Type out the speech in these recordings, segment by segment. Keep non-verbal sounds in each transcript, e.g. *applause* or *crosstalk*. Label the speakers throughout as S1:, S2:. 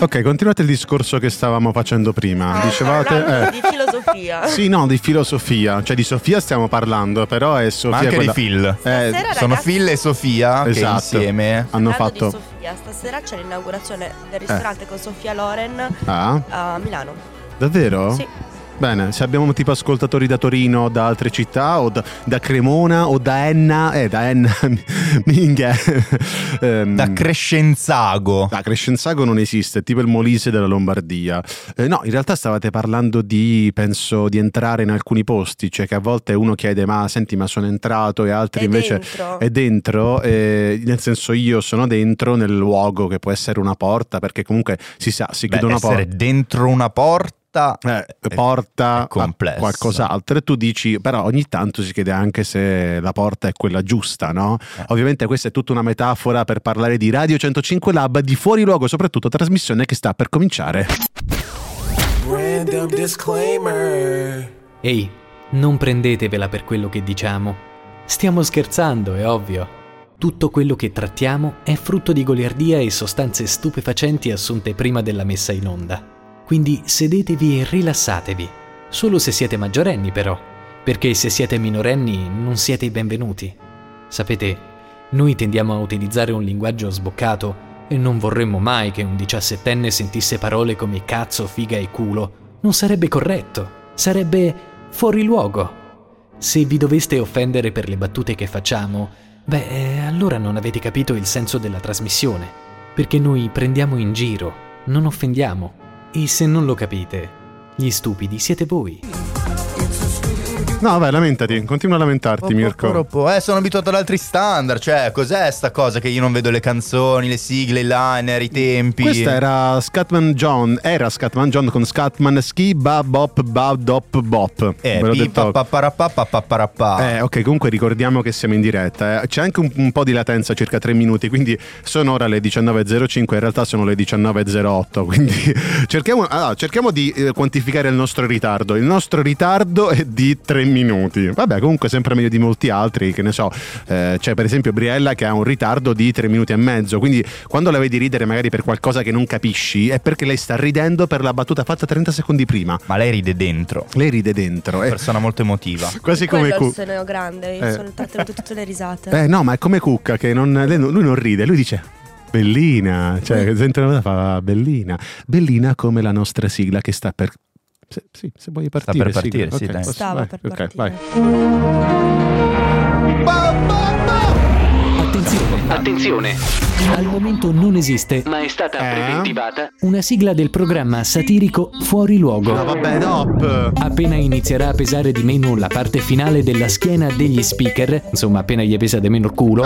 S1: Ok, continuate il discorso che stavamo facendo prima. Dicevate...
S2: Ah, Parlando
S1: eh,
S2: di filosofia.
S1: sì, no, di filosofia. Cioè di Sofia stiamo parlando, però è Sofia
S3: Ma anche
S1: quella...
S3: di Phil.
S1: Eh,
S2: Stasera,
S3: Sono
S2: ragazzi,
S3: Phil e Sofia
S1: Esatto.
S3: che insieme
S1: hanno
S2: parlando
S1: fatto... Eh.
S2: Di Sofia. Stasera c'è l'inaugurazione del ristorante con Sofia Loren
S1: Ah,
S2: a Milano.
S1: davvero?
S2: Sì.
S1: Bene, se abbiamo tipo ascoltatori da Torino, da altre città, o da, da Cremona, o da Enna, eh, da Enna, *laughs* minchia. Ehm,
S3: da Crescenzago.
S1: da Crescenzago non esiste, è tipo il Molise della Lombardia. Eh, no, in realtà stavate parlando di, penso, di entrare in alcuni posti, cioè che a volte uno chiede, ma senti, ma sono entrato, e altri
S2: È
S1: invece...
S2: dentro.
S1: È dentro, eh, nel senso io sono dentro nel luogo che può essere una porta, perché comunque si sa, si
S3: Beh,
S1: chiude una porta.
S3: essere dentro una porta.
S1: Eh,
S3: È-
S1: porta
S3: è complesso.
S1: a qualcos'altro e tu dici però ogni tanto si chiede anche se la porta è quella giusta no?
S3: Eh.
S1: ovviamente questa è tutta una metafora per parlare di Radio 105 Lab di fuori luogo soprattutto trasmissione che sta per cominciare
S4: Random disclaimer.
S5: Ehi, non prendetevela per quello che diciamo. Stiamo scherzando, è ovvio. Tutto quello che trattiamo è frutto di goliardia e sostanze stupefacenti assunte prima della messa in onda. Quindi sedetevi e rilassatevi. Solo se siete maggiorenni, però, perché se siete minorenni non siete i benvenuti. Sapete, noi tendiamo a utilizzare un linguaggio sboccato e non vorremmo mai che un diciassettenne sentisse parole come cazzo, figa e culo. Non sarebbe corretto, sarebbe fuori luogo. Se vi doveste offendere per le battute che facciamo, beh, eh, allora non avete capito il senso della trasmissione, perché noi prendiamo in giro, non offendiamo. E se non lo capite, gli stupidi siete voi.
S1: no vai lamentati continua a lamentarti Mirko
S3: Purtroppo, eh, sono abituato ad altri standard. Cioè, cos'è sta cosa che io non vedo le canzoni, le sigle, i liner, i tempi?
S1: questa era Scatman John era Scatman John con Scatman Ski Ba Bop Ba Dop Bop
S3: Eh,
S1: Ve l'ho
S3: pi,
S1: detto-
S3: pa, pa, parappa, pa, pa,
S2: Ah.
S3: parappa.
S1: Eh, ok, comunque ricordiamo che siamo in diretta. eh. C'è anche un, un po' di latenza, circa 3 minuti, quindi sono ora le 19.05, in realtà sono le 19.08, *laughs* quindi cerchiamo, allora, cerchiamo di eh, quantificare il nostro ritardo. Il nostro ritardo è di 3 minuti. Vabbè, comunque sempre meglio di molti altri, che ne so, eh, c'è per esempio Briella che ha un ritardo di 3 minuti e mezzo, quindi quando la vedi ridere magari per qualcosa che non capisci è perché lei sta ridendo per la battuta fatta 30 secondi prima.
S3: Ma lei ride dentro.
S1: Lei ride dentro, è
S3: Persona molto emotiva.
S1: quasi
S2: Quello
S1: come
S2: è
S1: Q.
S2: il seno grande, io
S1: Eh.
S2: sono trattenuto tutte le risate.
S1: Eh no, ma è come Cucca che non- lei non- lui non ride, lui dice bellina,
S2: Mm.
S1: cioè dentro la fa bellina, bellina come la nostra sigla che sta per se, sì, se vuoi partire,
S3: per partire,
S1: sigla.
S3: sì,
S1: Ok,
S3: dai.
S1: posso-
S2: Stava
S1: vai,
S2: per
S1: ok,
S2: partire.
S1: vai.
S5: Attenzione,
S6: Attenzione,
S5: al momento non esiste
S6: ma è stata
S1: Eh?
S6: preventivata
S5: una sigla del programma satirico Fuori
S1: No,
S5: Luogo.
S1: vabbè, dop.
S5: Appena inizierà a pesare di meno la parte finale della schiena degli speaker, insomma appena gli pesa di meno il culo,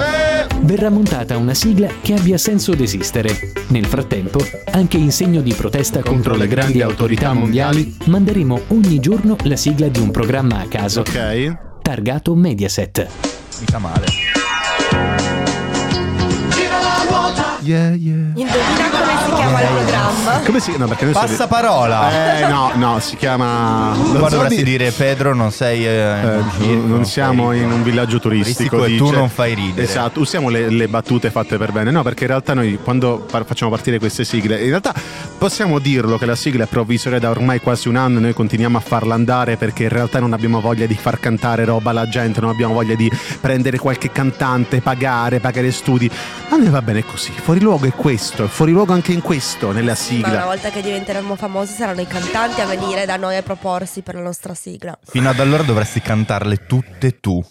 S5: verrà montata una sigla che abbia senso d'esistere. Nel frattempo, anche in segno di protesta contro, le grandi autorità mondiali, manderemo ogni giorno la sigla di un programma a caso,
S1: Ok.
S5: targato Mediaset.
S3: Mica male.
S1: Yeah, yeah.
S2: Indovina come si chiama il programma.
S1: Come si No, perché noi
S3: Passa parola.
S1: Eh no, no, si chiama
S3: Qua
S1: so
S3: dovresti
S1: di-
S3: dire Pedro non sei eh,
S1: Eh,
S3: in giro,
S1: non siamo
S3: fai
S1: in
S3: ridere.
S1: un villaggio turistico.
S3: Turistico e tu
S1: dice.
S3: non fai ridere.
S1: Esatto, usiamo le, le battute fatte per bene. No, perché in realtà noi quando par- facciamo partire queste sigle, in realtà possiamo dirlo che la sigla è provvisoria da ormai quasi un anno. Noi continuiamo a farla andare perché in realtà non abbiamo voglia di far cantare roba alla gente, non abbiamo voglia di prendere qualche cantante, pagare, pagare studi. A noi va bene così. Fuori luogo è questo, è fuori luogo anche in questo, nella
S2: Ma una
S1: sigla.
S2: volta che diventeremo famosi saranno i cantanti a venire da noi a proporsi per la nostra sigla.
S3: Fino ad allora dovresti cantarle tutte tu.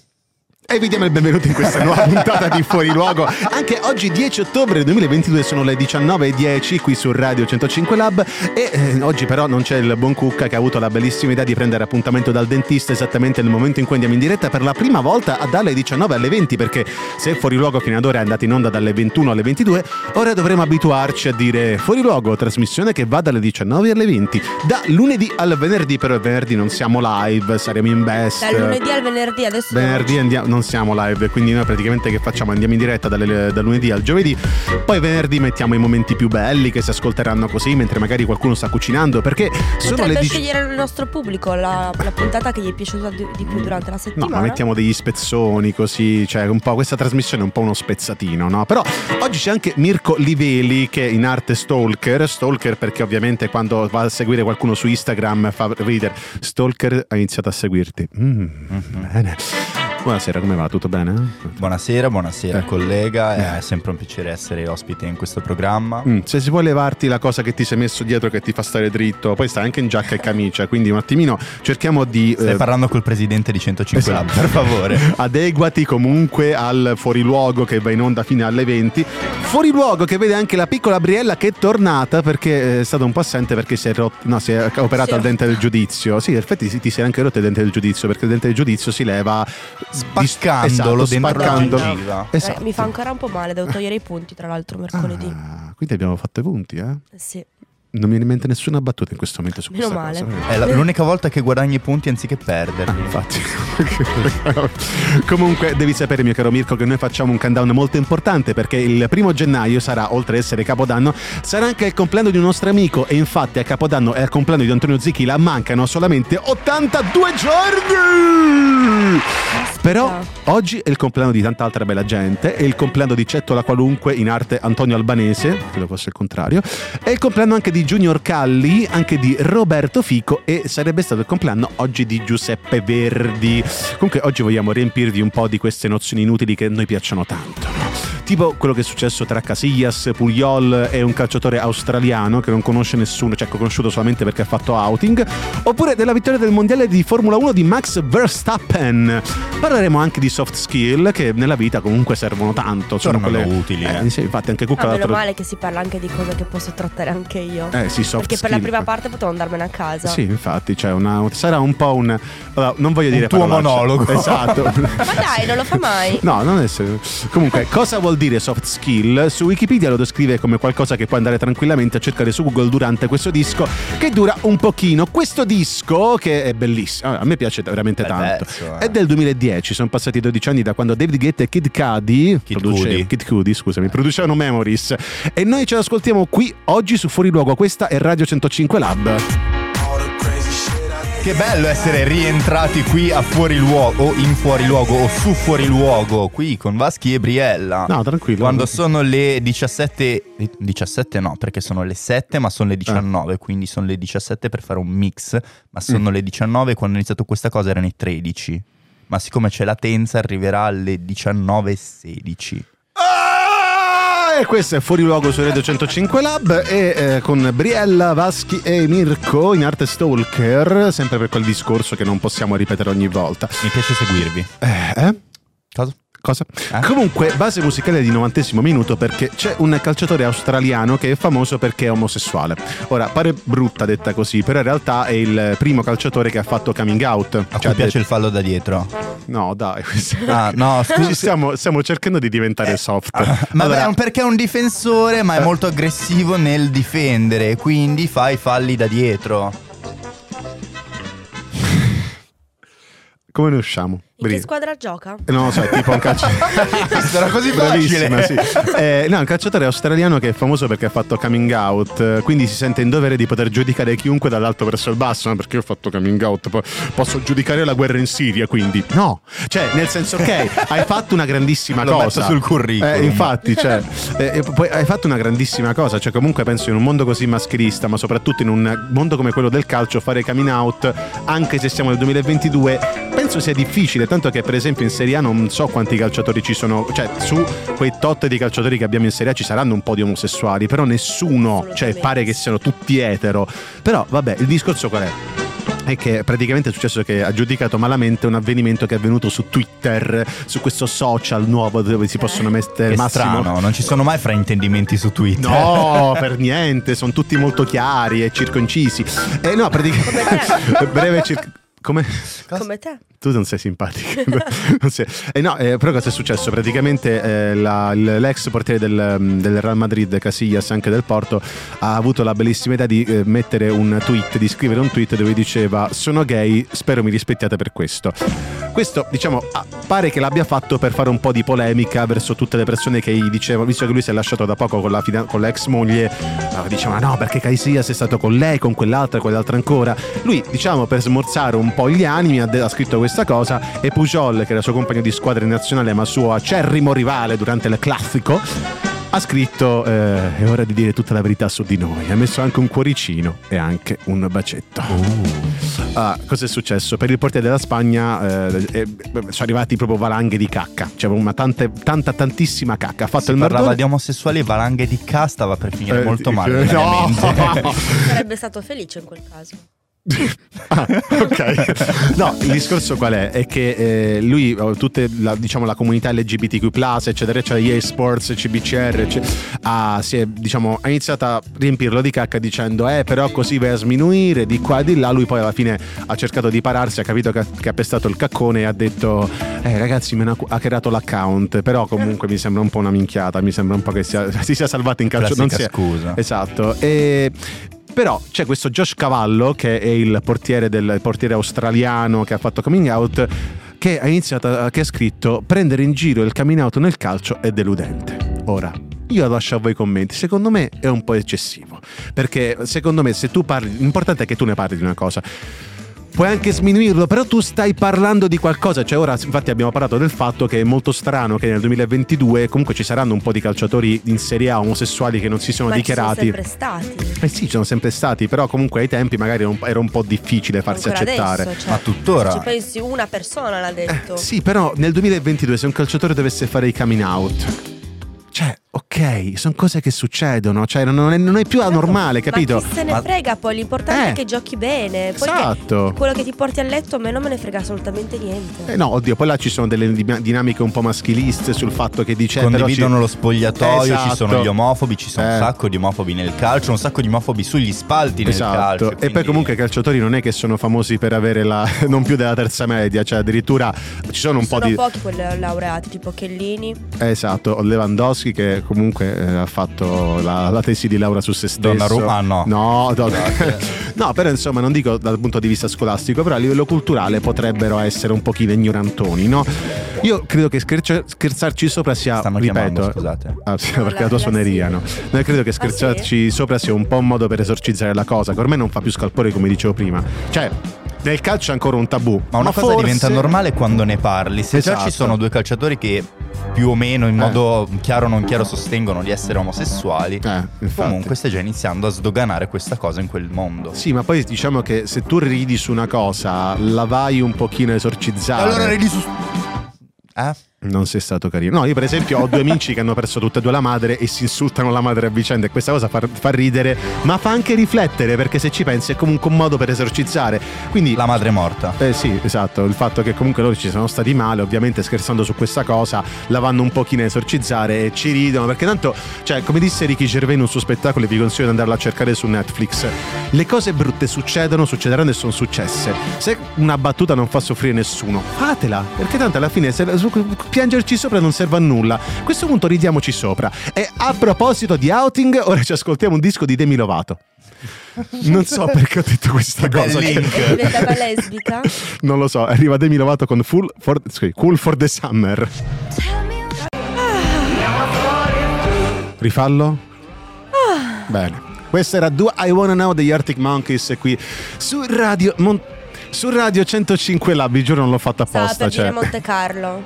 S1: E vi diamo il benvenuto in questa nuova puntata di Fuori Luogo. Anche oggi 10 ottobre 2022 sono le 19.10 qui su Radio 105 Lab e eh, oggi però non c'è il buon Cucca che ha avuto la bellissima idea di prendere appuntamento dal dentista esattamente nel momento in cui andiamo in diretta per la prima volta a- dalle 19 alle 20 perché se Fuori Luogo fino ad ora è andato in onda dalle 21 alle 22 ora dovremo abituarci a dire Fuori Luogo, trasmissione che va dalle 19 alle 20 da lunedì al venerdì però il venerdì non siamo live, saremo in best
S2: Dal lunedì al venerdì adesso
S1: Venerdì andiamo, no, non siamo live, quindi noi praticamente che facciamo? Andiamo in diretta dalle- dal lunedì al giovedì, poi venerdì mettiamo i momenti più belli che si ascolteranno così, mentre magari qualcuno sta cucinando, perché sono le
S2: Potrebbe
S1: 10...
S2: scegliere il nostro pubblico la, la puntata che gli è piaciuta di, di più durante la
S1: No,
S2: settimana.
S1: ma mettiamo degli spezzoni così, cioè un po' questa trasmissione è un po' uno spezzatino, no? Però oggi c'è anche Mirko Liveli che in arte stalker, stalker perché ovviamente quando va a seguire qualcuno su Instagram fa ridere, stalker ha iniziato a seguirti. Mm, Bene. Buonasera, come va? Tutto bene?
S3: Buonasera, buonasera
S1: Eh.
S3: collega,
S1: Eh.
S3: è sempre un piacere essere ospite in questo programma.
S1: Mm, se si può levarti la cosa che ti sei messo dietro che ti fa stare dritto, poi stai anche in giacca e camicia, quindi un attimino cerchiamo di...
S3: Stai
S1: eh,
S3: parlando col presidente di 105 Lab,
S1: Esatto.
S3: per favore.
S1: Adeguati comunque al fuoriluogo che va in onda fino alle 20. Fuoriluogo che vede anche la piccola Briella che è tornata perché eh, è stata un po' assente perché si è, rot- no, si è operata
S2: Sì.
S1: al dente del giudizio. Sì, in effetti sì, ti sei anche rotto il dente del giudizio perché il dente del giudizio si leva
S3: Spaccandolo
S1: esatto,
S3: dentro la
S1: spaccando.
S3: gengiva.
S2: Eh,
S1: Esatto.
S2: Mi fa ancora un po' male, devo togliere i punti tra l'altro mercoledì.
S1: Ah, quindi abbiamo fatto i punti, eh?
S2: Sì.
S1: Non mi viene in mente nessuna battuta in questo momento su
S2: Meno
S1: questa
S2: male.
S1: cosa.
S3: È la- l'unica volta che guadagni punti anziché
S1: Ah,
S3: perderli.
S1: infatti. *laughs* Comunque devi sapere, mio caro Mirko, che noi facciamo un countdown molto importante perché il primo gennaio sarà, oltre ad essere Capodanno, sarà anche il compleanno di un nostro amico e infatti a Capodanno e al compleanno di Antonio Zichila mancano solamente 82 giorni!
S2: Ah,
S1: Però oggi è il compleanno di tanta altra bella gente, è il compleanno di Cettola Qualunque in arte Antonio Albanese, credo fosse il contrario, è il compleanno anche di Junior Calli, anche di Roberto Fico e sarebbe stato il compleanno oggi di Giuseppe Verdi. Comunque oggi vogliamo riempirvi un po' di queste nozioni inutili che a noi piacciono tanto. no? Tipo quello che è successo tra Casillas, Puyol e un calciatore australiano che non conosce nessuno, cioè che è conosciuto solamente perché ha fatto outing, oppure della vittoria del mondiale di Formula 1 di Max Verstappen. Parleremo anche di soft skill che nella vita comunque servono tanto.
S3: Tornano utili, eh.
S1: sì, infatti anche Cucca
S2: Ah, meno
S1: l'altro...
S2: male che si parla anche di cose che posso trattare anche io.
S1: Eh sì, soft
S2: Perché per la
S1: skill.
S2: prima parte potevo andarmene a casa.
S1: Sì, infatti, cioè una- sarà un po' un. allora, non voglio dire.
S3: tuo
S1: parolacce.
S3: monologo.
S1: Esatto.
S3: *laughs*
S2: Ma dai, non lo
S1: *laughs*
S2: fa mai.
S1: No, non è serio. Comunque, cosa vuol dire soft skill? Su Wikipedia lo descrive come qualcosa che puoi andare tranquillamente a cercare su Google durante questo disco che dura un pochino. Questo disco che è bellissimo, a me piace veramente
S3: Bel
S1: tanto.
S3: pezzo, eh.
S1: È del 2010, sono passati 12 anni da quando David Guetta e Kid Cudi
S3: Kid
S1: produce-
S3: Cudi.
S1: Kid Cudi, scusami, producevano Memories e noi ce l'ascoltiamo qui oggi su Fuori Luogo. Questa è Radio 105 Lab.
S4: All the crazy shit I
S3: Che bello essere rientrati qui a fuori luogo, o in fuori luogo, o su fuori luogo, qui con Vaschi e Briella.
S1: No, tranquillo.
S3: Quando sono le 17, 17 no, perché sono le 7, ma
S1: Eh.
S3: sono le 19, quindi sono le 17 per fare un mix, ma
S1: Mm.
S3: sono le 19, quando ho iniziato questa cosa erano i 13, ma siccome c'è latenza arriverà alle 19.16.
S1: Ah, E questo è Fuori Luogo su Radio 105 Lab e eh, con Briella, Vaschi e Mirko in arte stalker, sempre per quel discorso che non possiamo ripetere ogni volta.
S3: Mi piace seguirvi.
S1: Eh? eh?
S3: Cosa?
S1: Cosa?
S3: Eh?
S1: Comunque, base musicale di 90 minuto perché c'è un calciatore australiano che è famoso perché è omosessuale. Ora, pare brutta detta così, però in realtà è il primo calciatore che ha fatto coming out.
S3: A
S1: Cioè,
S3: cui piace il fallo da dietro.
S1: No, dai, questo- *laughs*
S3: Ah, no, scusi.
S1: Ci stiamo, stiamo cercando di diventare soft.
S3: Ma
S1: Allora- Eh.
S3: beh, perché è un difensore, ma è molto aggressivo nel difendere, quindi fa i falli da dietro.
S1: *laughs* Come ne usciamo?
S2: In che
S1: Bri?
S2: squadra gioca?
S1: Eh, Non lo so, è
S3: *laughs*
S1: tipo un calciatore.
S3: Sarà così facile.
S1: Bravissima, sì. Eh, no, un calciatore australiano che è famoso perché ha fatto coming out, eh, quindi si sente in dovere di poter giudicare chiunque dall'alto verso il basso, no? perché io ho fatto coming out, po- posso giudicare la guerra in Siria, quindi no. Cioè, nel senso ok,
S3: *laughs*
S1: hai fatto una grandissima
S3: Lo
S1: cosa
S3: metto sul curriculum.
S1: Eh, infatti, cioè, eh, e poi hai fatto una grandissima cosa, cioè comunque penso in un mondo così maschilista, ma soprattutto in un mondo come quello del calcio fare coming out, anche se siamo nel 2022, penso sia difficile, tanto che per esempio in Serie A non so quanti calciatori ci sono, cioè su quei tot di calciatori che abbiamo in Serie A ci saranno un po' di omosessuali, però nessuno, cioè
S2: Assolutamente.
S1: pare che siano tutti etero. Però vabbè, il discorso qual è? È che praticamente è successo che ha giudicato malamente un avvenimento che è avvenuto su Twitter, su questo social nuovo dove si possono mettere
S3: È
S1: massimo.
S3: strano, non ci sono mai fraintendimenti su Twitter.
S1: No, per niente, sono tutti molto Eh, *laughs* chiari e circoncisi. E no, praticamente breve circ- come
S2: Come te?
S1: tu non sei simpatica. *laughs* Non sei- Eh no, eh, però cosa è successo? Praticamente eh, la- l- l'ex portiere del, mm, del Real Madrid, Casillas, anche del Porto, ha avuto la bellissima idea di eh, mettere un tweet, di scrivere un tweet dove diceva sono gay, spero mi rispettiate per questo. Questo, diciamo, ah, pare che l'abbia fatto per fare un po' di polemica verso tutte le persone che gli dicevano, visto che lui si è lasciato da poco con, la fida- con l'ex moglie, eh, diceva no perché Casillas è stato con lei, con quell'altra, quell'altra ancora. Lui, diciamo, per smorzare un po' gli animi, ha, de- ha scritto questa cosa e Pujol, che era suo compagno di squadra in nazionale, ma suo acerrimo rivale durante il classico, ha scritto eh, è ora di dire tutta la verità su di noi. Ha messo anche un cuoricino e anche un bacetto.
S3: Oh.
S1: Ah, cosa è successo? Per il portiere della Spagna eh, eh, sono arrivati proprio valanghe di cacca. C'era una tante- tanta, tantissima cacca. Ha fatto il
S3: Parlava
S1: merdone.
S3: di omosessuali e valanghe di casta stava per finire
S1: Eh,
S3: molto
S1: dice-
S3: male.
S1: No! *laughs*
S3: veramente.
S2: Sarebbe stato felice in quel caso.
S1: Ah, ok. No, il discorso qual è? È che eh, lui, eh, tutta la, diciamo, la comunità LGBTQ, eccetera, eccetera, EA Sports, CBCR, ecc- ha, si è, diciamo, ha iniziato a riempirlo di cacca dicendo, eh, però così vai a sminuire di qua e di là. Lui poi alla fine ha cercato di pararsi, ha capito che, che ha pestato il caccone e ha detto, eh, ragazzi, mi hanno hackerato l'account. Però comunque mi sembra un po' una minchiata, mi sembra un po' che sia- *laughs* si sia salvato in calcio. Non si
S3: *laughs* Classica
S1: è,
S3: scusa.
S1: Esatto. E- Però c'è questo Josh Cavallo, che è il portiere, del, il portiere australiano che ha fatto coming out, che ha iniziato, a- che ha scritto: Prendere in giro il coming out nel calcio è deludente. Ora. Io lascio a voi i commenti, secondo me è un po' eccessivo, perché secondo me se tu parli, l'importante è che tu ne parli di una cosa, Puoi anche sminuirlo, però tu stai parlando di qualcosa. Cioè, ora, infatti, abbiamo parlato del fatto che è molto strano che nel 2022 comunque ci saranno un po' di calciatori in Serie A omosessuali che non si sono
S2: Ma ci sono
S1: dichiarati.
S2: sempre stati.
S1: eh sì, ci sono sempre stati, però comunque ai tempi magari era un- era un po' difficile farsi
S2: Ancora
S1: accettare. Eh,
S2: adesso, certo. cioè,
S3: Ma tuttora.
S2: se Ci pensi una persona l'ha detto.
S1: Sì, però nel 2022 se un calciatore dovesse fare i coming out. Cioè, ok, sono cose che succedono, cioè non è, non è più anormale,
S2: Certo, Ma
S1: capito?
S2: chi se ne
S3: Ma-
S2: frega poi, l'importante
S1: Eh.
S2: è che giochi bene. Poi che-
S1: Esatto.
S2: quello che ti porti a letto a me non me ne frega assolutamente niente.
S1: Eh no, oddio, poi là ci sono delle di- dinamiche un po' maschiliste sul fatto che dice eh, però ci-
S3: Condividono lo spogliatoio, ci sono
S1: Esatto.
S3: gli omofobi, ci sono
S1: Eh.
S3: un sacco di omofobi nel calcio, un sacco di omofobi sugli spalti nel
S1: Esatto,
S3: calcio.
S1: e poi
S3: quindi-
S1: comunque i calciatori non è che sono famosi per avere la *laughs* non più della terza media, cioè addirittura ci sono un
S2: Sono
S1: po' di...
S2: pochi quelli laureati, tipo Chellini.
S1: *laughs* Eh, Esatto, Lewandowski che comunque eh, ha fatto la, la tesi di Laura su se stesso.
S3: Donnarumma? Ah, no.
S1: No, don- *laughs* no, però insomma non dico dal punto di vista scolastico, però a livello culturale potrebbero essere un pochino ignorantoni, no? Io credo che schercia- scherzarci sopra sia,
S3: Stanno
S1: ripeto,
S3: chiamando, scusate.
S1: Ah, sì, perché la
S2: La-
S1: tua
S2: la
S1: suoneria,
S2: sì.
S1: no? Noi credo che scherzarci sopra sia un po' un modo per esorcizzare la cosa, che ormai non fa più scalpore come dicevo prima. Cioè, nel calcio è ancora un tabù.
S3: Ma una cosa
S1: forse-
S3: diventa normale quando ne parli. Se già
S1: Esatto.
S3: ci sono due calciatori che più o meno in modo chiaro o non chiaro sostengono di essere omosessuali,
S1: Eh, infatti.
S3: comunque stai già iniziando a sdoganare questa cosa in quel mondo.
S1: Sì, ma poi diciamo che se tu ridi su una cosa, la vai un pochino a esorcizzare.
S3: ridi su... Eh?
S1: Non sei stato carino. No, io per esempio ho due amici che hanno perso tutte e due la madre e si insultano la madre a vicenda e questa cosa fa, fa ridere, ma fa anche riflettere perché se ci pensi è comunque un modo per esorcizzare. Quindi
S3: La madre è morta.
S1: Eh sì, esatto, il fatto che comunque loro ci sono stati male, ovviamente scherzando su questa cosa, la vanno un pochino a esorcizzare e ci ridono, perché tanto, cioè, come disse Ricky Gervais in un suo spettacolo, e vi consiglio di andarla a cercare su Netflix, le cose brutte succedono, succederanno e sono successe. Se una battuta non fa soffrire nessuno, fatela, perché tanto alla fine se- su- piangerci sopra non serve a nulla. A questo punto ridiamoci sopra. E a proposito di outing, ora ci ascoltiamo un disco di Demi Lovato. Non so perché ho detto questa
S3: Bel
S1: cosa. che-
S3: link.
S2: È diventata
S1: *laughs*
S2: lesbica.
S1: non lo so, arriva Demi Lovato con full for, scusi, Cool for the Summer. Rifallo? Bene. Questa era Do I Wanna Know degli Arctic Monkeys qui su Radio Mon- su Radio 105 là, vi giuro non l'ho fatta
S2: Stava
S1: apposta,
S2: per dire
S1: cioè. Eh,
S2: Monte Carlo.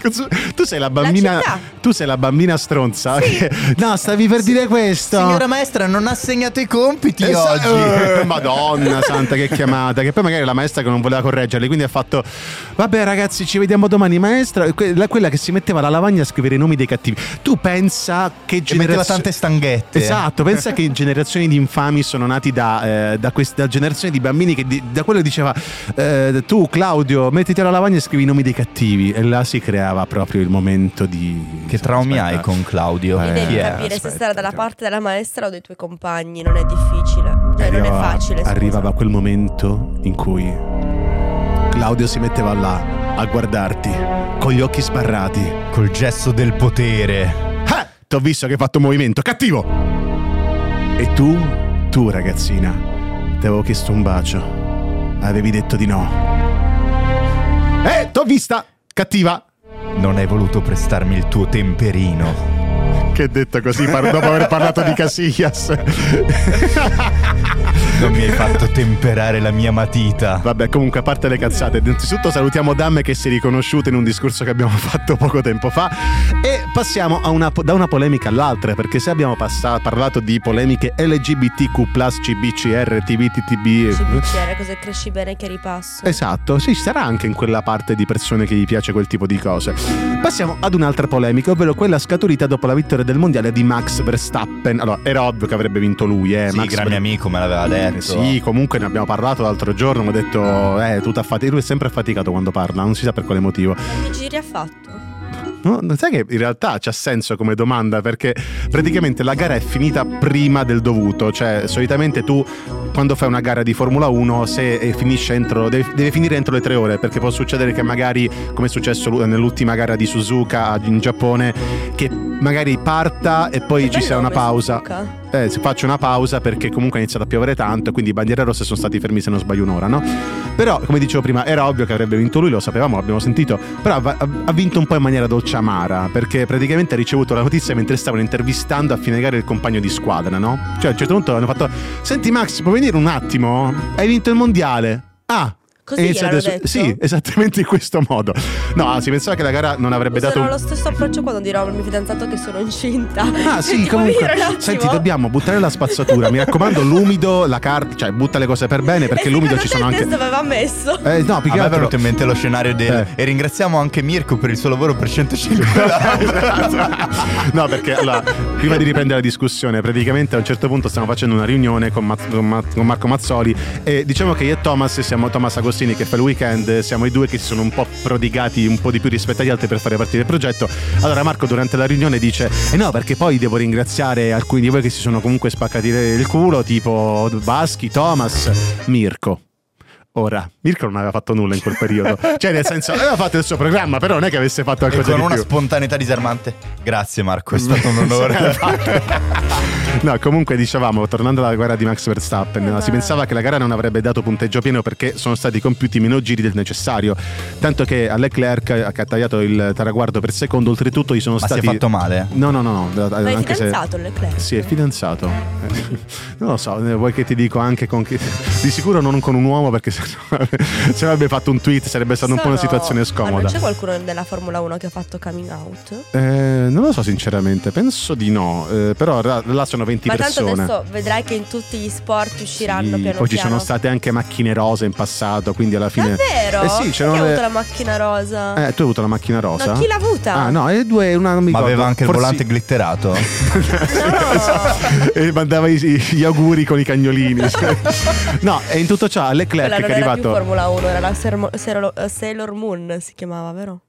S1: tu sei la bambina
S2: città.
S1: tu sei la bambina stronza che- *laughs* No, stavi per dire questo.
S3: maestra, non ha segnato i compiti
S1: Esa-
S3: *laughs*
S1: Eh, Madonna santa, che chiamata! Che poi magari la maestra che non voleva correggerli, quindi ha fatto: Vabbè, ragazzi, ci vediamo domani, maestra. E que- la- Quella che si metteva alla lavagna a scrivere i nomi dei cattivi. Tu pensa che
S3: Ci metteva
S1: generazione.
S3: tante stanghette.
S1: Esatto, pensa
S3: *laughs*
S1: che generazioni di infami sono nati da, eh, da questa generazione di bambini che di- da quello diceva eh, tu Claudio mettiti alla lavagna e scrivi i nomi dei cattivi e là si creava proprio il momento di...
S3: Che traumi
S1: Aspetta.
S3: hai con Claudio?
S1: Eh,
S2: E devi
S1: yeah,
S2: capire
S1: aspetta,
S2: se stare dalla
S1: aspetta.
S2: parte della maestra o dei tuoi compagni. Non è difficile. Cioè, non è
S1: Arrivava-
S2: facile. scusa.
S1: Arrivava quel momento in cui Claudio si metteva là a guardarti con gli occhi sbarrati.
S3: Col gesto del potere.
S1: Ah! Ti ho visto che hai fatto un movimento, cattivo! E tu, tu ragazzina, ti avevo chiesto un bacio. Avevi detto di no. Eh, t'ho vista! Cattiva!
S3: Non hai voluto prestarmi il tuo temperino.
S1: Che detta così par- dopo aver parlato di *laughs* Casillas.
S3: Non mi hai fatto temperare la mia matita.
S1: Vabbè, comunque, a parte le cazzate, innanzitutto salutiamo Damme che si è riconosciuta in un discorso che abbiamo *laughs* fatto poco tempo fa. E passiamo a una po- da una polemica all'altra, perché se abbiamo passa- parlato di polemiche LGBTQ, CBCR, TBTTB.
S2: CBCR, cos'è cresci bene che ripasso.
S1: Esatto, sì, ci sarà anche in quella parte di persone che gli piace quel tipo di cose. Passiamo ad un'altra polemica, ovvero quella scaturita dopo la vittoria del mondiale di Max Verstappen. Allora, era ovvio che avrebbe vinto lui, eh.
S3: Sì,
S1: Max
S3: grande
S1: Ver-
S3: amico me l'aveva detto.
S1: Eh Sì, comunque ne abbiamo parlato l'altro giorno. Mi ha detto, eh, tu t'affati- Lui è sempre affaticato quando parla, non si sa per quale motivo.
S2: Quanti giri ha fatto?
S1: No, non sai che in realtà c'ha senso come domanda perché praticamente la gara è finita prima del dovuto, cioè solitamente tu quando fai una gara di Formula 1 se eh, finisce entro deve, deve finire entro le tre ore perché può succedere che magari come è successo l- nell'ultima gara di Suzuka ah, in Giappone che magari parta e poi
S2: Che
S1: ci
S2: bel
S1: sia una
S2: nome,
S1: pausa.
S2: Suzuka.
S1: Eh, si faccio una pausa perché comunque ha iniziato a piovere tanto, quindi i bandiere rosse sono stati fermi se non sbaglio un'ora, no? Però, come dicevo prima, era ovvio che avrebbe vinto lui, lo sapevamo, l'abbiamo sentito, però va- ha, ha vinto un po' in maniera dolce amara, perché praticamente ha ricevuto la notizia mentre stavano intervistando a fine gara il compagno di squadra, no? Cioè a un certo punto hanno fatto, senti Max, puoi venire un attimo? Hai vinto il mondiale. Ah!
S2: Così
S1: inizia
S2: gliel'hanno
S1: adesso-
S2: detto?
S1: Sì, esattamente in questo modo. No, si pensava che la gara non avrebbe dato...
S2: Userò lo stesso approccio quando dirò al mio fidanzato che sono incinta.
S1: Ah sì,
S2: *laughs* Senti, puoi
S1: comunque.
S2: venire un attimo?
S1: Senti, dobbiamo buttare la spazzatura. Mi raccomando,
S2: *laughs*
S1: l'umido, la carta, cioè butta le cose per bene perché
S2: E
S1: l'umido
S2: secondo
S1: ci
S2: te
S1: sono
S2: il
S1: anche...
S2: testo aveva messo.
S1: Eh, no, più
S3: A
S1: che
S3: me è
S1: altro...
S3: venuto in mente lo scenario del...
S1: Eh.
S3: E ringraziamo anche Mirko per il suo lavoro per 150
S1: *laughs* no, perché allora, prima di riprendere la discussione, praticamente a un certo punto stiamo facendo una riunione con, Mazz- con Ma- con Marco Mazzoli e diciamo che io e Thomas siamo Thomas Agostini che fa il weekend, siamo i due che si sono un po' prodigati un po' di più rispetto agli altri per fare partire il progetto. Allora Marco durante la riunione dice "Eh no, perché poi devo ringraziare alcuni di voi che si sono comunque spaccati il culo, tipo Baschi, Thomas, Mirko". Ora, Mirko non aveva fatto nulla in quel periodo. Cioè, nel senso, aveva fatto il suo programma, però non è che avesse fatto
S3: e
S1: qualcosa
S3: con
S1: di
S3: una
S1: più.
S3: spontaneità disarmante. Grazie Marco, è
S1: *laughs*
S3: stato un onore.
S1: No, comunque dicevamo, tornando alla gara di Max Verstappen,
S2: Eh,
S1: no, si
S2: ma-
S1: pensava che la gara non avrebbe dato punteggio pieno perché sono stati compiuti meno giri del necessario. Tanto che a Leclerc, eh, che ha tagliato il traguardo per secondo, oltretutto gli sono
S3: Ma si
S1: stati.
S3: è fatto male? eh?
S1: No, no, no, no. da-
S2: Ma è
S1: anche se-
S2: fidanzato il Leclerc.
S1: Sì, è fidanzato. Eh, Non lo so, eh, vuoi che ti dico anche con chi. Di sicuro non con un uomo, perché *laughs* se, se avrebbe fatto un tweet sarebbe stata un po' una
S2: Sono-
S1: situazione
S2: Ma
S1: scomoda.
S2: non c'è qualcuno della Formula 1 che ha fatto coming out?
S1: Eh, non lo so sinceramente, penso di no, eh, però ra- là sono 20
S2: Ma tanto
S1: persone.
S2: adesso vedrai che in tutti gli sport usciranno
S1: Sì,
S2: piano
S1: poi ci
S2: piano.
S1: sono state anche macchine rose in passato, quindi alla fine...
S2: Davvero?
S1: Eh sì,
S2: Chi
S1: c'erano
S2: che ha
S1: le-
S2: avuto la macchina rosa?
S1: Eh, tu hai avuto la macchina rosa?
S2: No, chi l'ha avuta?
S1: Ah no, e due, una non mi
S3: Ma
S1: ricordo.
S3: aveva anche il
S1: Forse-
S3: volante
S1: *laughs*
S3: glitterato?
S1: Esatto. *laughs* e mandava i- gli auguri con i cagnolini.
S2: *laughs*
S1: *laughs* no, e in tutto ciò Leclerc
S2: Quella
S1: che
S2: non
S1: è
S2: era più
S1: arrivato...
S2: Formula 1, era la Sermo- Serolo- eh, Sailor Moon si chiamava, vero?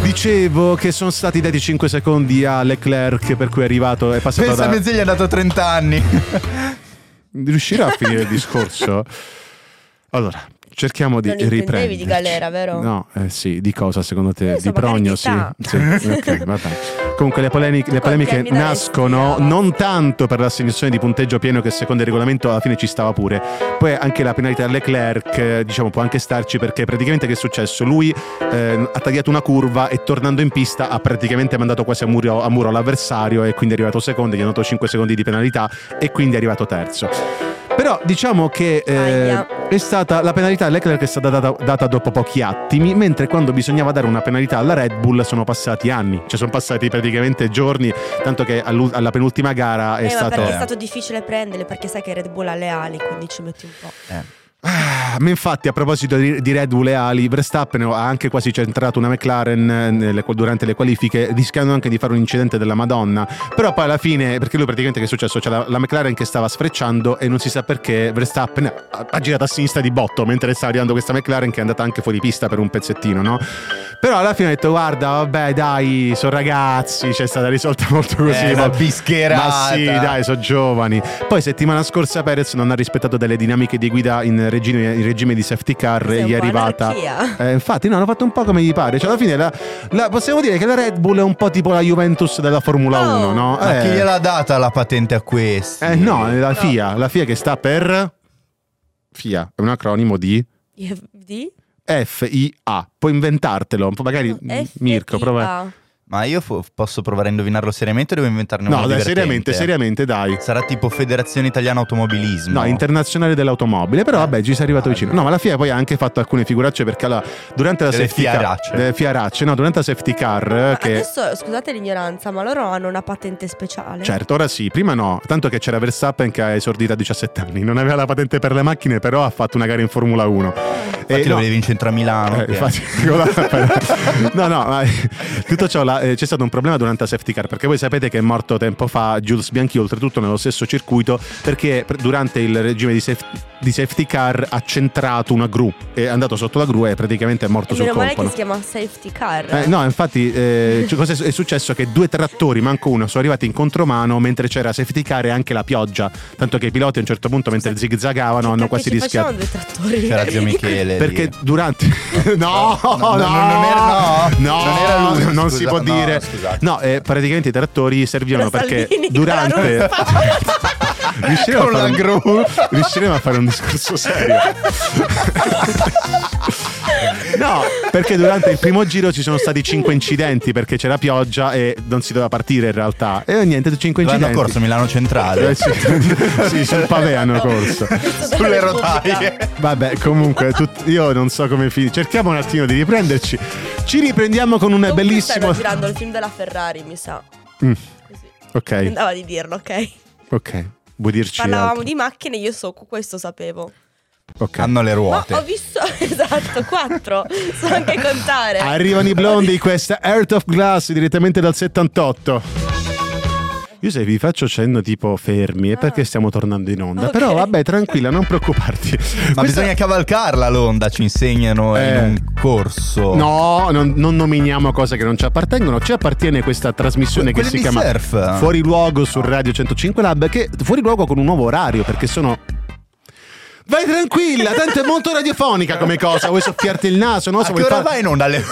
S1: Dicevo che sono stati dati 5 secondi a Leclerc per cui è arrivato, è passato
S3: Pensa
S1: da...
S3: mio zio gli ha dato 30 anni.
S1: Riuscirà a finire il discorso? Allora, cerchiamo di
S2: Non intendevi
S1: riprendere.
S2: di galera, vero?
S1: No, eh sì, di cosa secondo te?
S2: Io
S1: di
S2: so,
S1: progno, sì.
S2: magari di
S1: sì. ok, vabbè. Comunque le, polemi- le
S2: Quanti
S1: polemiche
S2: anni daresti,
S1: nascono
S2: brava?
S1: non tanto per l'assegnazione di punteggio pieno che secondo il regolamento alla fine ci stava pure. Poi anche la penalità a Leclerc, eh, diciamo, può anche starci perché praticamente che è successo? Lui eh, ha tagliato una curva e tornando in pista ha praticamente mandato quasi a muro, a muro l'avversario e quindi è arrivato secondo, gli hanno dato 5 secondi di penalità e quindi è arrivato terzo. Però diciamo che eh,
S2: Aia.
S1: è stata la penalità a Leclerc è stata data, data dopo pochi attimi, mentre quando bisognava dare una penalità alla Red Bull sono passati anni, cioè sono passati praticamente giorni, tanto che all'u- alla penultima gara è
S2: eh, ma
S1: stato...
S2: perché è stato difficile prenderle perché sai che Red Bull ha le ali, quindi ci metti un po'.
S3: Eh,
S1: Ah, Ma infatti, a proposito di, di Red Bull e Ali, Verstappen ha anche quasi centrato una McLaren eh, nelle- durante le qualifiche, rischiando anche di fare un incidente della Madonna. Però poi alla fine, perché lui praticamente che è successo? C'è la, la McLaren che stava sfrecciando e non si sa perché Verstappen ha, ha girato a sinistra di botto mentre stava arrivando questa McLaren che è andata anche fuori pista per un pezzettino, no? Però alla fine ha detto: Guarda, vabbè, dai, sono ragazzi, c'è stata risolta molto così.
S3: Eh, una
S1: molto-
S3: bischerata.
S1: ma sì, dai, sono giovani. Poi settimana scorsa Perez non ha rispettato delle dinamiche di guida in, in regime, in regime di safety car
S2: Sei un
S1: gli è
S2: po'
S1: arrivata.
S2: anarchia. *laughs*
S1: Eh, infatti, no, hanno fatto un po' come gli pare. Cioè, alla fine la- la- possiamo dire che la Red Bull è un po' tipo la Juventus della Formula
S2: Oh.
S1: 1, no?
S3: Ma
S1: eh,
S3: chi gliel'ha data la patente a questi?
S1: eh, no, è la
S2: No.
S1: FIA, la FIA che sta per FIA, è un acronimo di
S2: Di?
S1: FIA. Puoi inventartelo, magari
S2: F-
S1: Mirko,
S2: I-
S1: prova.
S2: A.
S3: Ma io fo- posso provare a indovinarlo seriamente o devo inventarne uno
S1: No, dai,
S3: divertente?
S1: seriamente, seriamente, dai.
S3: Sarà tipo Federazione Italiana Automobilismo.
S1: No, internazionale dell'automobile, però vabbè, ci sei arrivato
S3: Ah,
S1: vicino. No, ma la FIA poi ha anche fatto alcune figuracce perché alla- durante la
S3: Delle
S1: safety car,
S3: fiaracce.
S1: delle fiaracce, no, durante la safety car
S2: Ma
S1: eh, che
S2: Adesso scusate l'ignoranza, ma loro hanno una patente speciale.
S1: Certo, ora sì, prima no, tanto che c'era Verstappen che ha esordito a 17 anni, non aveva la patente per le macchine, però ha fatto una gara in Formula 1.
S3: Infatti lo vedevi in centro a Milano.
S1: Eh,
S3: che-
S1: infatti, *laughs* con la- no, no, ma *laughs* tutto ciò la- eh, c'è stato un problema durante la safety car perché voi sapete che è morto tempo fa Jules Bianchi, oltretutto nello stesso circuito, perché pr- durante il regime di, saf- di safety car ha centrato una gru, è andato sotto la gru e praticamente è morto
S2: E
S1: sul
S2: meno male
S1: colpo.
S2: che
S1: no?
S2: si chiama safety car.
S1: Eh, no, infatti eh, cioè, cosa è su- è successo? Che due trattori, manco uno, sono arrivati in contromano mentre c'era safety car e anche la pioggia, tanto che i piloti a un certo punto mentre zigzagavano hanno quasi rischiato.
S2: Facevano due trattori.
S3: C'era
S1: *laughs*
S2: *laughs*
S3: zio Michele.
S1: Perché
S3: lì. *laughs*
S1: durante... no, no,
S3: Eh, No, no, non era- no,
S1: no,
S3: non era lui,
S1: non
S3: scusa,
S1: si può
S3: no,
S1: dire.
S3: scusate.
S1: No, eh, praticamente i trattori servivano
S2: Era
S1: perché
S2: Salvini con la
S1: durante... *laughs* riusciremo, a
S3: Con la
S1: fare un...
S3: gru.
S1: *laughs* riusciremo a fare un discorso serio. No, perché durante il primo giro ci sono stati 5 incidenti perché c'era pioggia e non si doveva partire in realtà. E niente, 5
S3: L'hanno
S1: incidenti.
S3: corso a Milano Centrale.
S1: Eh, sì,
S3: *laughs*
S1: sì, sul pave hanno corso.
S3: Sulle rotaie.
S1: Vabbè, comunque, tut- io non so come finire. Cerchiamo un attimo di riprenderci. Ci riprendiamo con un
S2: È
S1: bellissimo.
S2: Stanno girando il film della Ferrari, mi sa.
S1: Mm,
S2: Così.
S1: ok,
S2: Andava di dirlo, ok?
S1: ok. Vuoi dirci?
S2: Parlavamo
S1: altro?
S2: di macchine, io so questo sapevo.
S1: Ok.
S3: Hanno le ruote.
S2: Ma ho visto *laughs* esatto, quattro. so anche contare.
S1: Arrivano i blondi, questa Earth of Glass direttamente dal 78. Io se vi faccio cenno tipo fermi è perché stiamo tornando in onda.
S2: Ah. Ok.
S1: Però vabbè, tranquilla, non preoccuparti.
S3: Ma bisogna cavalcarla l'onda, ci insegnano
S1: Eh.
S3: in un corso.
S1: No, non, non nominiamo cose che non ci appartengono. Ci appartiene questa trasmissione
S3: Que-
S1: che si
S3: quelle
S1: chiama
S3: di surf.
S1: Fuori Luogo su Radio 105 Lab. Che fuori luogo con un nuovo orario perché sono. Vai tranquilla, tanto è molto radiofonica come cosa. Vuoi soffiarti il naso? No,
S3: A
S1: se
S3: che
S1: vuoi
S3: ora
S1: fare-
S3: vai in onda alle...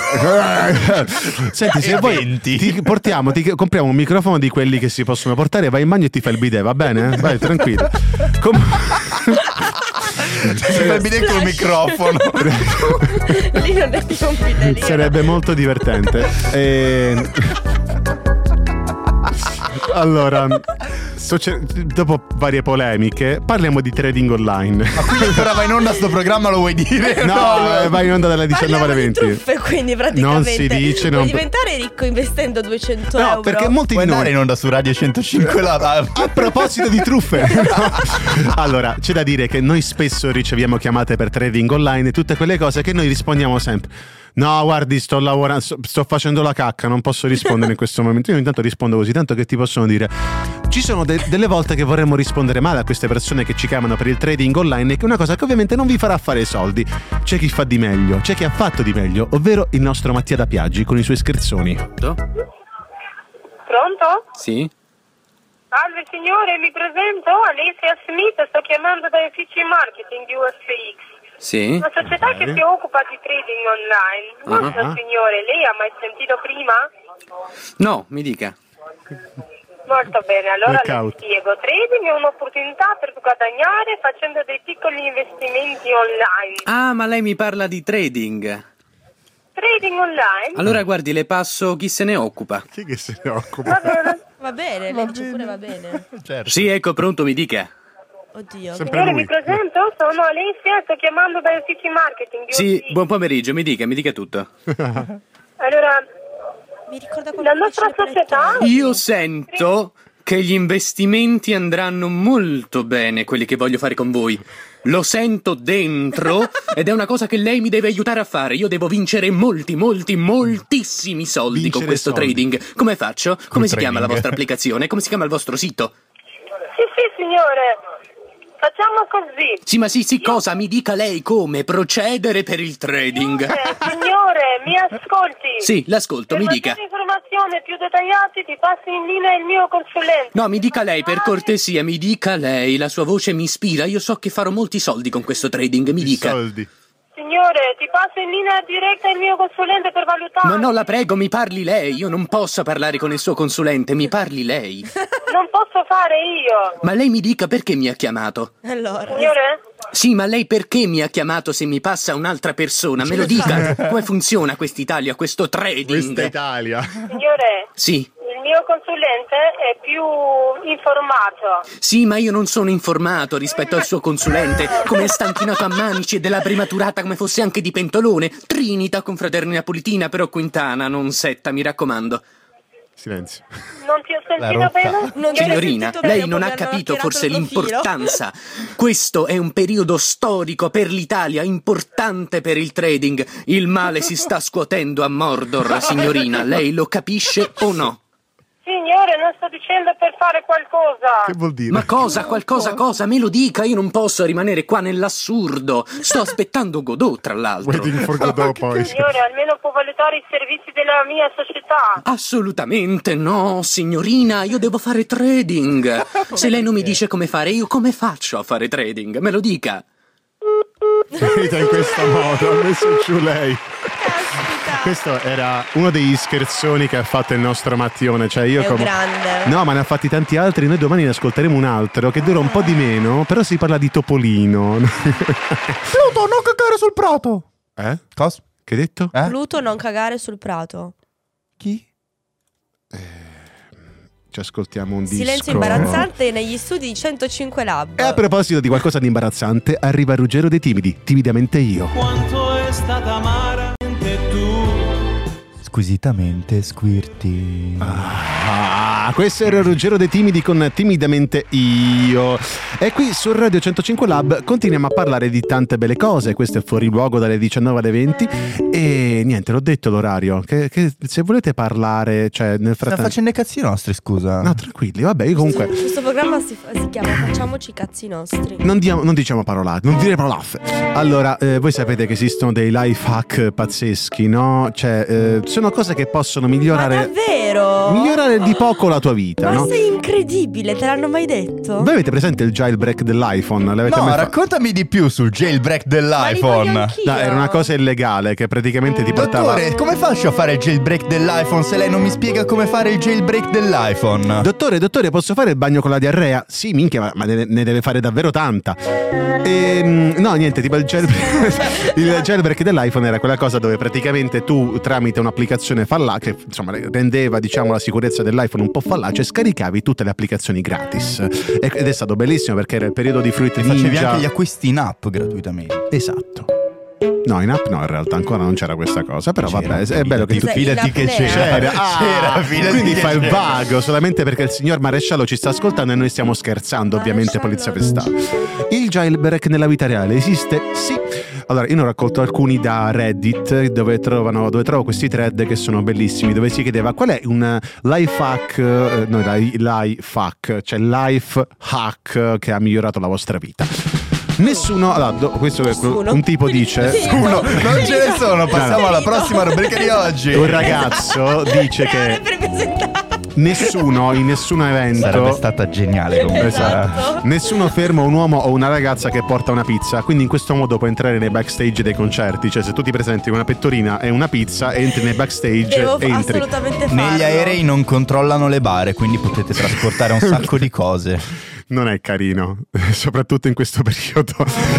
S1: Senti, se
S3: E
S1: vuoi
S3: 20.
S1: ti portiamo, ti compriamo un microfono di quelli che si possono portare, vai in bagno e ti fai il bidet, va bene? Vai tranquillo. Com-
S3: Si fa il bidet col
S2: Splash.
S3: microfono.
S2: *laughs* Lì non è più un fidelino.
S1: Sarebbe molto divertente. E- Allora, sto cer- dopo varie polemiche, parliamo di trading online.
S3: Quindi che ora va in onda sto programma lo vuoi dire?
S1: No, eh, vai in onda dalle 19
S2: Parliamo
S1: alle
S2: di
S1: 20.
S2: truffe, quindi praticamente
S1: Non si dice,
S2: puoi
S1: non-
S2: diventare ricco investendo 200
S1: No,
S2: euro.
S1: perché molti
S3: Puoi
S1: di noi
S3: andare in onda su Radio 105 la...
S1: A proposito di truffe, *laughs* allora c'è da dire che noi spesso riceviamo chiamate per trading online e tutte quelle cose che noi rispondiamo sempre. No, guardi, sto lavorando, sto, sto facendo la cacca, non posso rispondere in questo momento. Io intanto rispondo così, tanto che ti possono dire. Ci sono de- delle volte che vorremmo rispondere male a queste persone che ci chiamano per il trading online, che è una cosa che ovviamente non vi farà fare i soldi. C'è chi fa di meglio, c'è chi ha fatto di meglio, ovvero il nostro Mattia da Piaggi con i suoi scherzoni.
S6: Pronto?
S5: Sì?
S6: Salve signore, mi presento Alessia Smith, sto chiamando dai uffici marketing di USX,
S5: Sì?
S6: una società che si occupa di trading online.
S1: Ah.
S6: Buongiorno signore, lei ha mai sentito prima?
S5: No, mi dica.
S6: Molto bene, allora le
S1: Blackout.
S6: spiego. Trading è un'opportunità per guadagnare facendo dei piccoli investimenti online.
S7: Ah, ma lei mi parla di trading.
S6: Trading online?
S7: Allora
S1: Ah.
S7: guardi, le passo chi se ne occupa.
S1: Chi che se ne
S6: Va
S1: occupa?
S6: bene.
S2: Va bene, legge pure va bene.
S1: Certo.
S7: Sì, ecco, pronto, mi dica.
S2: Oddio.
S1: Sempre
S6: Signore,
S1: lui.
S6: mi presento, sono Alessia, sto chiamando dai uffici marketing di
S7: Sì,
S6: USX.
S7: buon pomeriggio, mi dica, mi dica tutto.
S6: Allora,
S2: Mi ricorda quando
S6: La nostra
S2: facevo il
S6: società-
S2: plettone.
S7: Io sento che gli investimenti andranno molto bene, quelli che voglio fare con voi. Lo sento dentro ed è una cosa che lei mi deve aiutare a fare. Io devo vincere molti, molti, moltissimi soldi
S1: Vincere
S7: con questo
S1: soldi.
S7: trading. Come faccio? Come si chiama la
S3: trading.
S7: vostra applicazione? Come si chiama il vostro sito?
S6: sì sì signore, facciamo così.
S7: Sì, ma sì, sì, cosa? Mi dica lei come procedere per il trading.
S6: Cioè,
S7: *laughs*
S6: Signore, signore, mi ascolti.
S7: Sì, l'ascolto,
S6: Per
S7: mi dica.
S6: Eh, maggiori informazioni programmi più dettagliati ti passi in linea il mio consulente.
S7: No, mi dica lei, per cortesia, mi dica lei, la sua voce mi ispira, io so che farò molti soldi con questo trading, mi dica.
S1: Soldi.
S6: Signore, ti passo in linea diretta il mio consulente per valutare.
S7: Ma no, la prego, mi parli lei, io non posso parlare con il suo consulente, mi parli lei.
S6: Non posso fare io.
S7: Ma lei mi dica perché mi ha chiamato.
S2: Allora,
S6: Signore?
S7: Sì, ma lei perché mi ha chiamato se mi passa un'altra persona? Me lo dica. Come funziona quest'Italia, questo
S1: Questa
S7: trading?
S1: Italia.
S6: Signore,
S7: Sì.
S6: il mio consulente è più informato.
S7: Sì, ma io non sono informato rispetto al suo consulente, come è stanchinato a manici e della prematurata come fosse anche di pentolone. Trinita con fraterna politina, però quintana, non setta, mi raccomando.
S1: Silenzio.
S6: Non ti ho sentito
S3: rotta.
S6: bene?
S2: non ti ho
S7: Signorina,
S2: sentito bene
S7: lei non ha
S2: perché
S7: capito
S2: tirato
S7: forse
S2: il profilo.
S7: l'importanza. Questo è un periodo storico per l'Italia, importante per il trading. Il male si sta scuotendo a Mordor, signorina. Lei lo capisce o no?
S6: Signore, non sto dicendo per fare qualcosa.
S1: Che vuol dire?
S7: Ma cosa, qualcosa, cosa? Me lo dica, io non posso rimanere qua nell'assurdo. Sto aspettando Godot, tra l'altro.
S1: Waiting for Godot poi.
S6: Signore, almeno può valutare i servizi della mia società.
S7: Assolutamente no, signorina, io devo fare trading. Se lei non mi dice come fare, io come faccio a fare trading? Me lo dica.
S1: Finita in questo modo. Ha messo giù lei. Questo era uno degli scherzoni che ha fatto il nostro Mattione. Cioè io
S2: È un
S1: come-
S2: grande.
S1: No, ma ne ha fatti tanti altri. Noi domani ne ascolteremo un altro che dura un po' di meno, però si parla di Topolino. *laughs*
S3: Pluto, non cacare sul prato.
S1: Eh?
S3: Cosa?
S1: Che hai detto?
S3: Eh?
S2: Pluto non cagare sul prato.
S3: Chi?
S1: Ci ascoltiamo un disco.
S2: Silenzio imbarazzante negli studi di 105 Lab.
S1: E a proposito di qualcosa di imbarazzante, arriva Ruggero dei Timidi, timidamente io.
S8: Quanto è stata amara anche tu.
S3: Squisitamente squirti.
S1: Ah, questo era Ruggero dei Timidi con Timidamente Io. E qui su Radio 105 Lab continuiamo a parlare di tante belle cose. Questo è fuori luogo dalle 19 alle 20. E niente, l'ho detto l'orario. Che, che se volete parlare, cioè nel
S3: Sta
S1: frattempo.
S3: facendo i cazzi nostri, scusa.
S1: No, tranquilli, vabbè, io comunque.
S2: Questo programma si, fa- si chiama Facciamoci i cazzi nostri.
S1: Non, diamo- non diciamo parolate, non dire parolaffe. Allora, eh, voi sapete che esistono dei life hack pazzeschi, no? Cioè, eh, sono cose che possono
S2: Ma
S1: migliorare.
S2: davvero?
S1: Migliorare di poco la tua vita,
S2: Ma
S1: no?
S2: sei incredibile, te l'hanno mai detto?
S1: Voi avete presente il jailbreak dell'iPhone? L'avete
S3: No,
S1: mai fa-
S3: raccontami di più sul jailbreak
S2: Ma li voglio
S3: dell'iPhone.
S2: anch'io.
S1: No, era una cosa illegale che praticamente ti portava.
S3: Mm. Dottore, come faccio a fare il jailbreak dell'iPhone se lei non mi spiega come fare il jailbreak dell'iPhone?
S1: Dottore, dottore, posso fare il bagno con la diarrea? Sì, minchia, ma, ma ne, ne deve fare davvero tanta. Ehm, no, niente, tipo il jailbreak, *laughs* il jailbreak dell'iPhone era quella cosa dove praticamente tu tramite un'applicazione fallace, che insomma rendeva diciamo la sicurezza dell'iPhone un po' fallace, scaricavi tutte le applicazioni gratis. E- Ed è stato bellissimo perché era il periodo di Fruit
S3: E
S1: Ninja.
S3: facevi anche gli acquisti in app gratuitamente.
S1: Esatto. No, in app no, in realtà ancora non c'era questa cosa, però
S3: C'era,
S1: vabbè, è bello che
S3: fidati,
S1: tu
S2: Cos'è,
S3: fidati
S2: in
S3: che
S2: apnea?
S3: c'era.
S1: c'era,
S3: c'era,
S1: ah,
S3: fidati
S1: quindi
S3: che
S1: fa il
S3: c'era.
S1: vago solamente perché il signor maresciallo ci sta ascoltando e noi stiamo scherzando ovviamente polizia pestale il jailbreak nella vita reale esiste? sì allora io ne ho raccolto alcuni da reddit dove, trovano, dove trovo questi thread che sono bellissimi dove si chiedeva qual è un eh, life hack eh, no li- life hack cioè life hack che ha migliorato la vostra vita Nessuno, allora, do- questo è quello-
S2: Nessuno.
S1: un tipo dice, *laughs*
S2: Sì.
S3: *laughs* Uno, non ce ne sono,
S1: No,
S3: passiamo
S1: no.
S3: alla prossima rubrica di oggi.
S1: un
S2: *laughs*
S1: ragazzo dice che
S2: Per presentare.
S1: nessuno in nessun
S3: Sarebbe
S1: evento
S3: stata geniale
S1: eh.
S3: comunque.
S2: Esatto.
S1: Nessuno ferma un uomo o una ragazza che porta una pizza, quindi in questo modo puoi entrare nei backstage dei concerti, cioè se tu ti presenti con una pettorina e una pizza, entri nei backstage,
S2: Devo
S1: entri.
S2: assolutamente farlo.
S3: Negli aerei non controllano le bare, quindi potete trasportare un sacco di cose.
S1: Non è carino, *laughs* soprattutto in questo
S2: *laughs*
S1: periodo.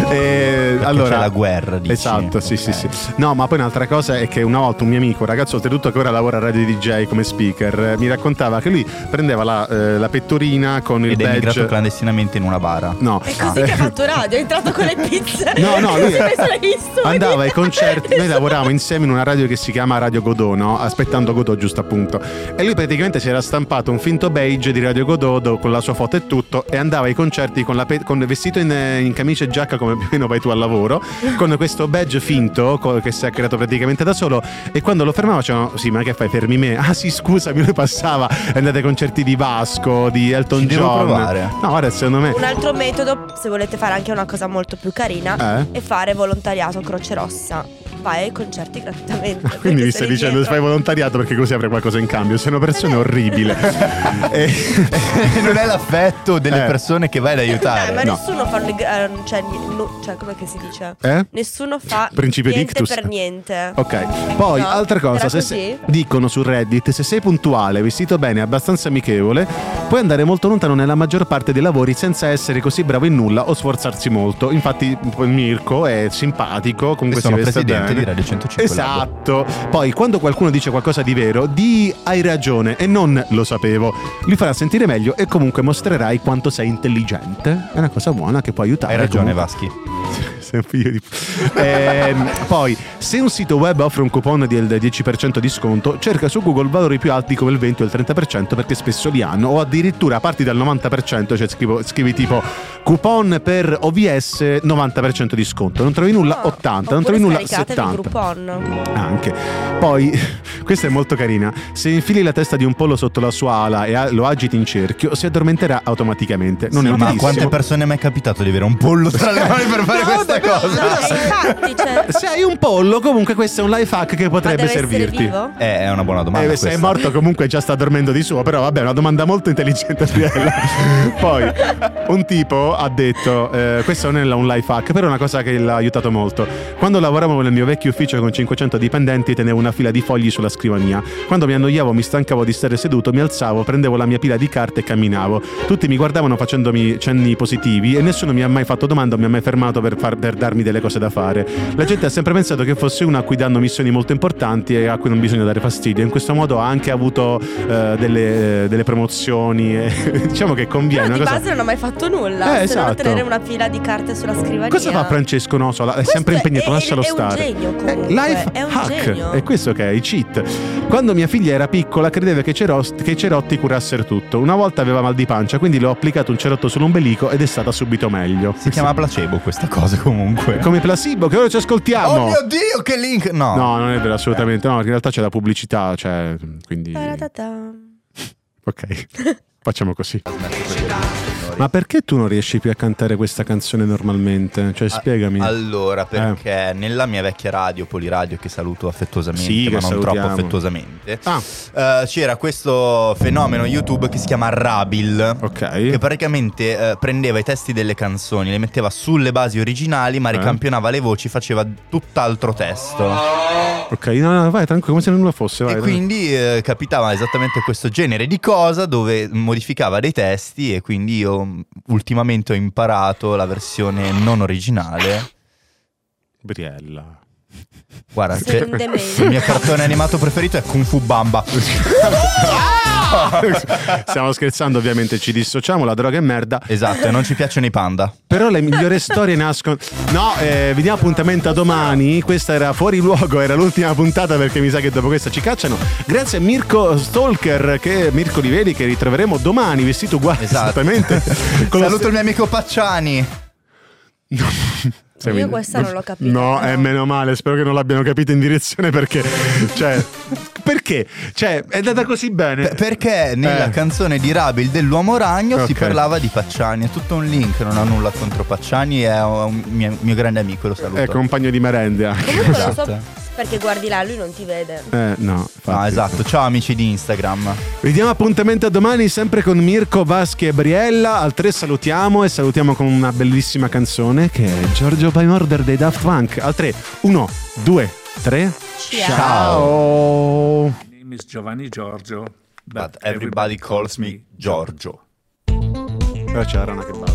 S1: E allora
S3: c'è la guerra, dici? Eh.
S1: Esatto, sì, sì,
S3: Ok.
S1: sì. No, ma poi un'altra cosa è che una volta un mio amico, un ragazzo oltretutto che ora lavora a Radio DJ come speaker, eh, mi raccontava che lui prendeva la, eh, la pettorina con il
S3: Ed è
S1: badge.
S3: migrato clandestinamente in una bara.
S1: No,
S2: È così che ha fatto radio, è entrato con le pizze.
S1: No, no,
S2: *laughs*
S1: lui
S2: Si è messo negli studi.
S1: andava ai concerti. Noi
S2: *laughs* Esatto.
S1: lavoravamo insieme in una radio che si chiama Radio Godot, no? Aspettando Godot, giusto appunto. E lui praticamente si era stampato un finto beige di Radio Godot do- con la sua foto e tutto. E andava ai concerti con, la pe- con vestito in, in camicia e giacca, come più o meno vai tu al lavoro, con questo badge finto co- che si è creato praticamente da solo. E quando lo fermava, dicevano: Sì, ma che fai? Fermi me. Ah, sì, scusami, lui passava. È andato ai concerti di Vasco, di Elton
S3: Ci
S1: John.
S3: devo provare.
S1: No, guarda, secondo me.
S2: Un altro metodo, se volete fare anche una cosa molto più carina,
S1: Eh?
S2: è fare volontariato Croce Rossa. vai ai concerti gratuitamente.
S1: *laughs* Quindi
S2: perché
S1: mi
S2: sei Eh.
S1: stai dicendo
S2: dietro.
S1: fai volontariato perché così avrai qualcosa in cambio. Sei una persona
S2: *laughs*
S1: orribile.
S3: Eh. *laughs*
S1: Eh. E-
S3: non è l'affetto delle
S1: Eh.
S3: persone che vai ad aiutare.
S2: Eh, ma
S1: No.
S2: nessuno fa. neg- eh, Cioè, no, cioè, com'è che si dice?
S1: Eh?
S2: Nessuno fa
S1: Principe
S2: niente
S1: d'ictus.
S2: per niente.
S1: Ok, poi
S2: No?
S1: altra cosa,
S2: Era
S1: se
S2: così?
S1: se- dicono su Reddit, se sei puntuale, vestito bene, abbastanza amichevole, puoi andare molto lontano nella maggior parte dei lavori senza essere così bravo in nulla o sforzarsi molto. Infatti poi Mirko è simpatico, comunque
S3: sono
S1: si veste
S3: presidente
S1: bene.
S3: di Radio 105 Lab.
S1: Esatto. Poi quando qualcuno dice qualcosa di vero, di hai ragione e non lo sapevo, li farà sentire meglio e comunque mostrerai quanto sei intelligente. È una cosa buona che può aiutare.
S3: Hai ragione,
S1: comunque.
S3: Vaschi.
S1: Sei un figlio di- Ehm, poi, se un sito web offre un coupon del 10% di sconto, cerca su Google valori più alti come il 20 o il 30% perché spesso li hanno, o addirittura parti dal 90%, cioè scrivo- scrivi tipo coupon per OVS 90% di sconto, non trovi nulla
S2: No.
S1: 80, non
S2: Ah, Oppure
S1: trovi nulla
S2: scaricatevi
S1: 70.
S2: Groupon.
S1: Anche. Poi, *laughs* questa è molto carina. Se infili la testa di un pollo sotto la sua ala e a- lo agiti in cerchio, si addormenterà automaticamente. Non
S3: Sì,
S1: è
S3: ma a
S1: utilissimo.
S3: quante persone mi è capitato di avere un pollo tra *laughs* le mani per fare
S1: No,
S3: questa
S1: davvero,
S3: cosa?
S1: no.
S2: No, infatti, cioè,
S1: *laughs* Se hai un pollo, comunque questo è un life hack che
S2: ma
S1: potrebbe
S2: deve essere
S1: servirti.
S2: vivo?
S3: Eh, è una buona domanda.
S1: Eh, se è
S3: questa.
S1: morto comunque già sta dormendo di suo, però vabbè, è una domanda molto intelligente.
S3: *laughs*
S1: Adriella. Poi un tipo ha detto, eh, questo non è un life hack, però è una cosa che l'ha aiutato molto. Quando lavoravo nel mio vecchio ufficio con 500 dipendenti tenevo una fila di fogli sulla scrivania. Quando mi annoiavo, mi stancavo di stare seduto, mi alzavo, prendevo la mia pila di carte e camminavo. Tutti mi guardavano facendomi cenni positivi e nessuno mi ha mai fatto domanda o mi ha mai fermato per, far- per darmi delle cose da fare. La gente ha sempre pensato che fosse uno a cui danno missioni molto importanti e a cui non bisogna dare fastidio. In questo modo ha anche avuto eh, delle, delle promozioni e *laughs* diciamo che conviene.
S2: Però
S1: una
S2: di
S1: cosa-
S2: base non ho mai fatto nulla.
S1: Eh,
S2: se non
S1: esatto.
S2: tenere una pila di carte sulla scrivania.
S1: Cosa fa Francesco Nosola? Cioè, È
S2: Questo
S1: sempre
S2: è-
S1: impegnato,
S2: è-
S1: lascialo
S2: è un
S1: stare.
S2: genio, comunque,
S1: life
S2: è un
S1: hack.
S2: genio.
S1: È questo che è, i cheat. Quando mia figlia era piccola credeva che, Cerost- che i cerotti curassero tutto. Una volta aveva mal di pancia, quindi le ho applicato un cerotto sull'ombelico ed è stata subito meglio.
S3: Si chiama placebo questa cosa comunque.
S1: Come placebo, che ora ci ascoltiamo.
S3: Oh mio dio, che link! No.
S1: No, non è vero, assolutamente. No, in realtà c'è la pubblicità, cioè, quindi...
S2: Taratata.
S1: Ok, *laughs* facciamo così. Ma perché tu non riesci più a cantare questa canzone normalmente? Cioè,
S3: A-
S1: spiegami. Eh.
S3: Allora, perché nella mia vecchia radio, Poliradio, che saluto affettuosamente,
S1: Sì, che
S3: ma non
S1: salutiamo.
S3: troppo affettuosamente,
S1: Ah,
S3: eh, c'era questo fenomeno YouTube che si chiama Rabil.
S1: ok.
S3: Che praticamente eh, prendeva i testi delle canzoni, le metteva sulle basi originali, ma
S1: Eh.
S3: ricampionava le voci, faceva tutt'altro testo.
S1: Ok, no, no, vai tranquillo, come se nulla fosse. Vai,
S3: e quindi eh, capitava esattamente questo genere di cosa dove modificava dei testi. E quindi io mh, ultimamente ho imparato la versione non originale.
S1: Briella.
S3: Guarda, c'è-
S2: Secondo me.
S3: il mio cartone animato preferito è Kung Fu
S1: *laughs*
S3: Bamba.
S1: Stiamo scherzando, ovviamente ci dissociamo, la droga è merda.
S3: esatto, e non ci piacciono i panda.
S1: Però le migliori storie nascono. No, eh, vi diamo appuntamento a domani. Questa era fuori luogo, era l'ultima puntata perché mi sa che dopo questa ci cacciano. Grazie a Mirko Stalker, che Mirko Liveri, che ritroveremo domani vestito uguale.
S3: Esatto. *laughs*
S1: Esattamente. Con la
S3: Saluto il mio amico Pacciani.
S1: Cioè,
S2: Io
S1: quindi-
S2: questa non l'ho capita,
S1: No,
S2: però.
S1: è meno male. Spero che non l'abbiano capita in direzione perché. Cioè, perché? Cioè, è andata così bene.
S3: P- perché nella
S1: Eh.
S3: canzone di Rabil dell'uomo ragno si
S1: Ok.
S3: parlava di Pacciani. È tutto un link, non ho nulla contro Pacciani, è un mio, mio grande amico, lo saluto.
S1: È compagno di merende anche.
S2: Comunque lo so
S3: Esatto.
S2: perché guardi là, lui non ti vede.
S1: Eh, no.
S3: No,
S1: infatti.
S3: esatto, ciao amici di Instagram.
S1: Vi diamo appuntamento a domani sempre con Mirko, Vaschi e Briella. Al 3 salutiamo e salutiamo con una bellissima canzone che è Giorgio by Murder dei Daft Punk. Al 3, 1, 2, 3. Ciao.
S9: My name is Giovanni Giorgio,
S3: But everybody calls me Giorgio.
S1: Però c'è la rana che balla.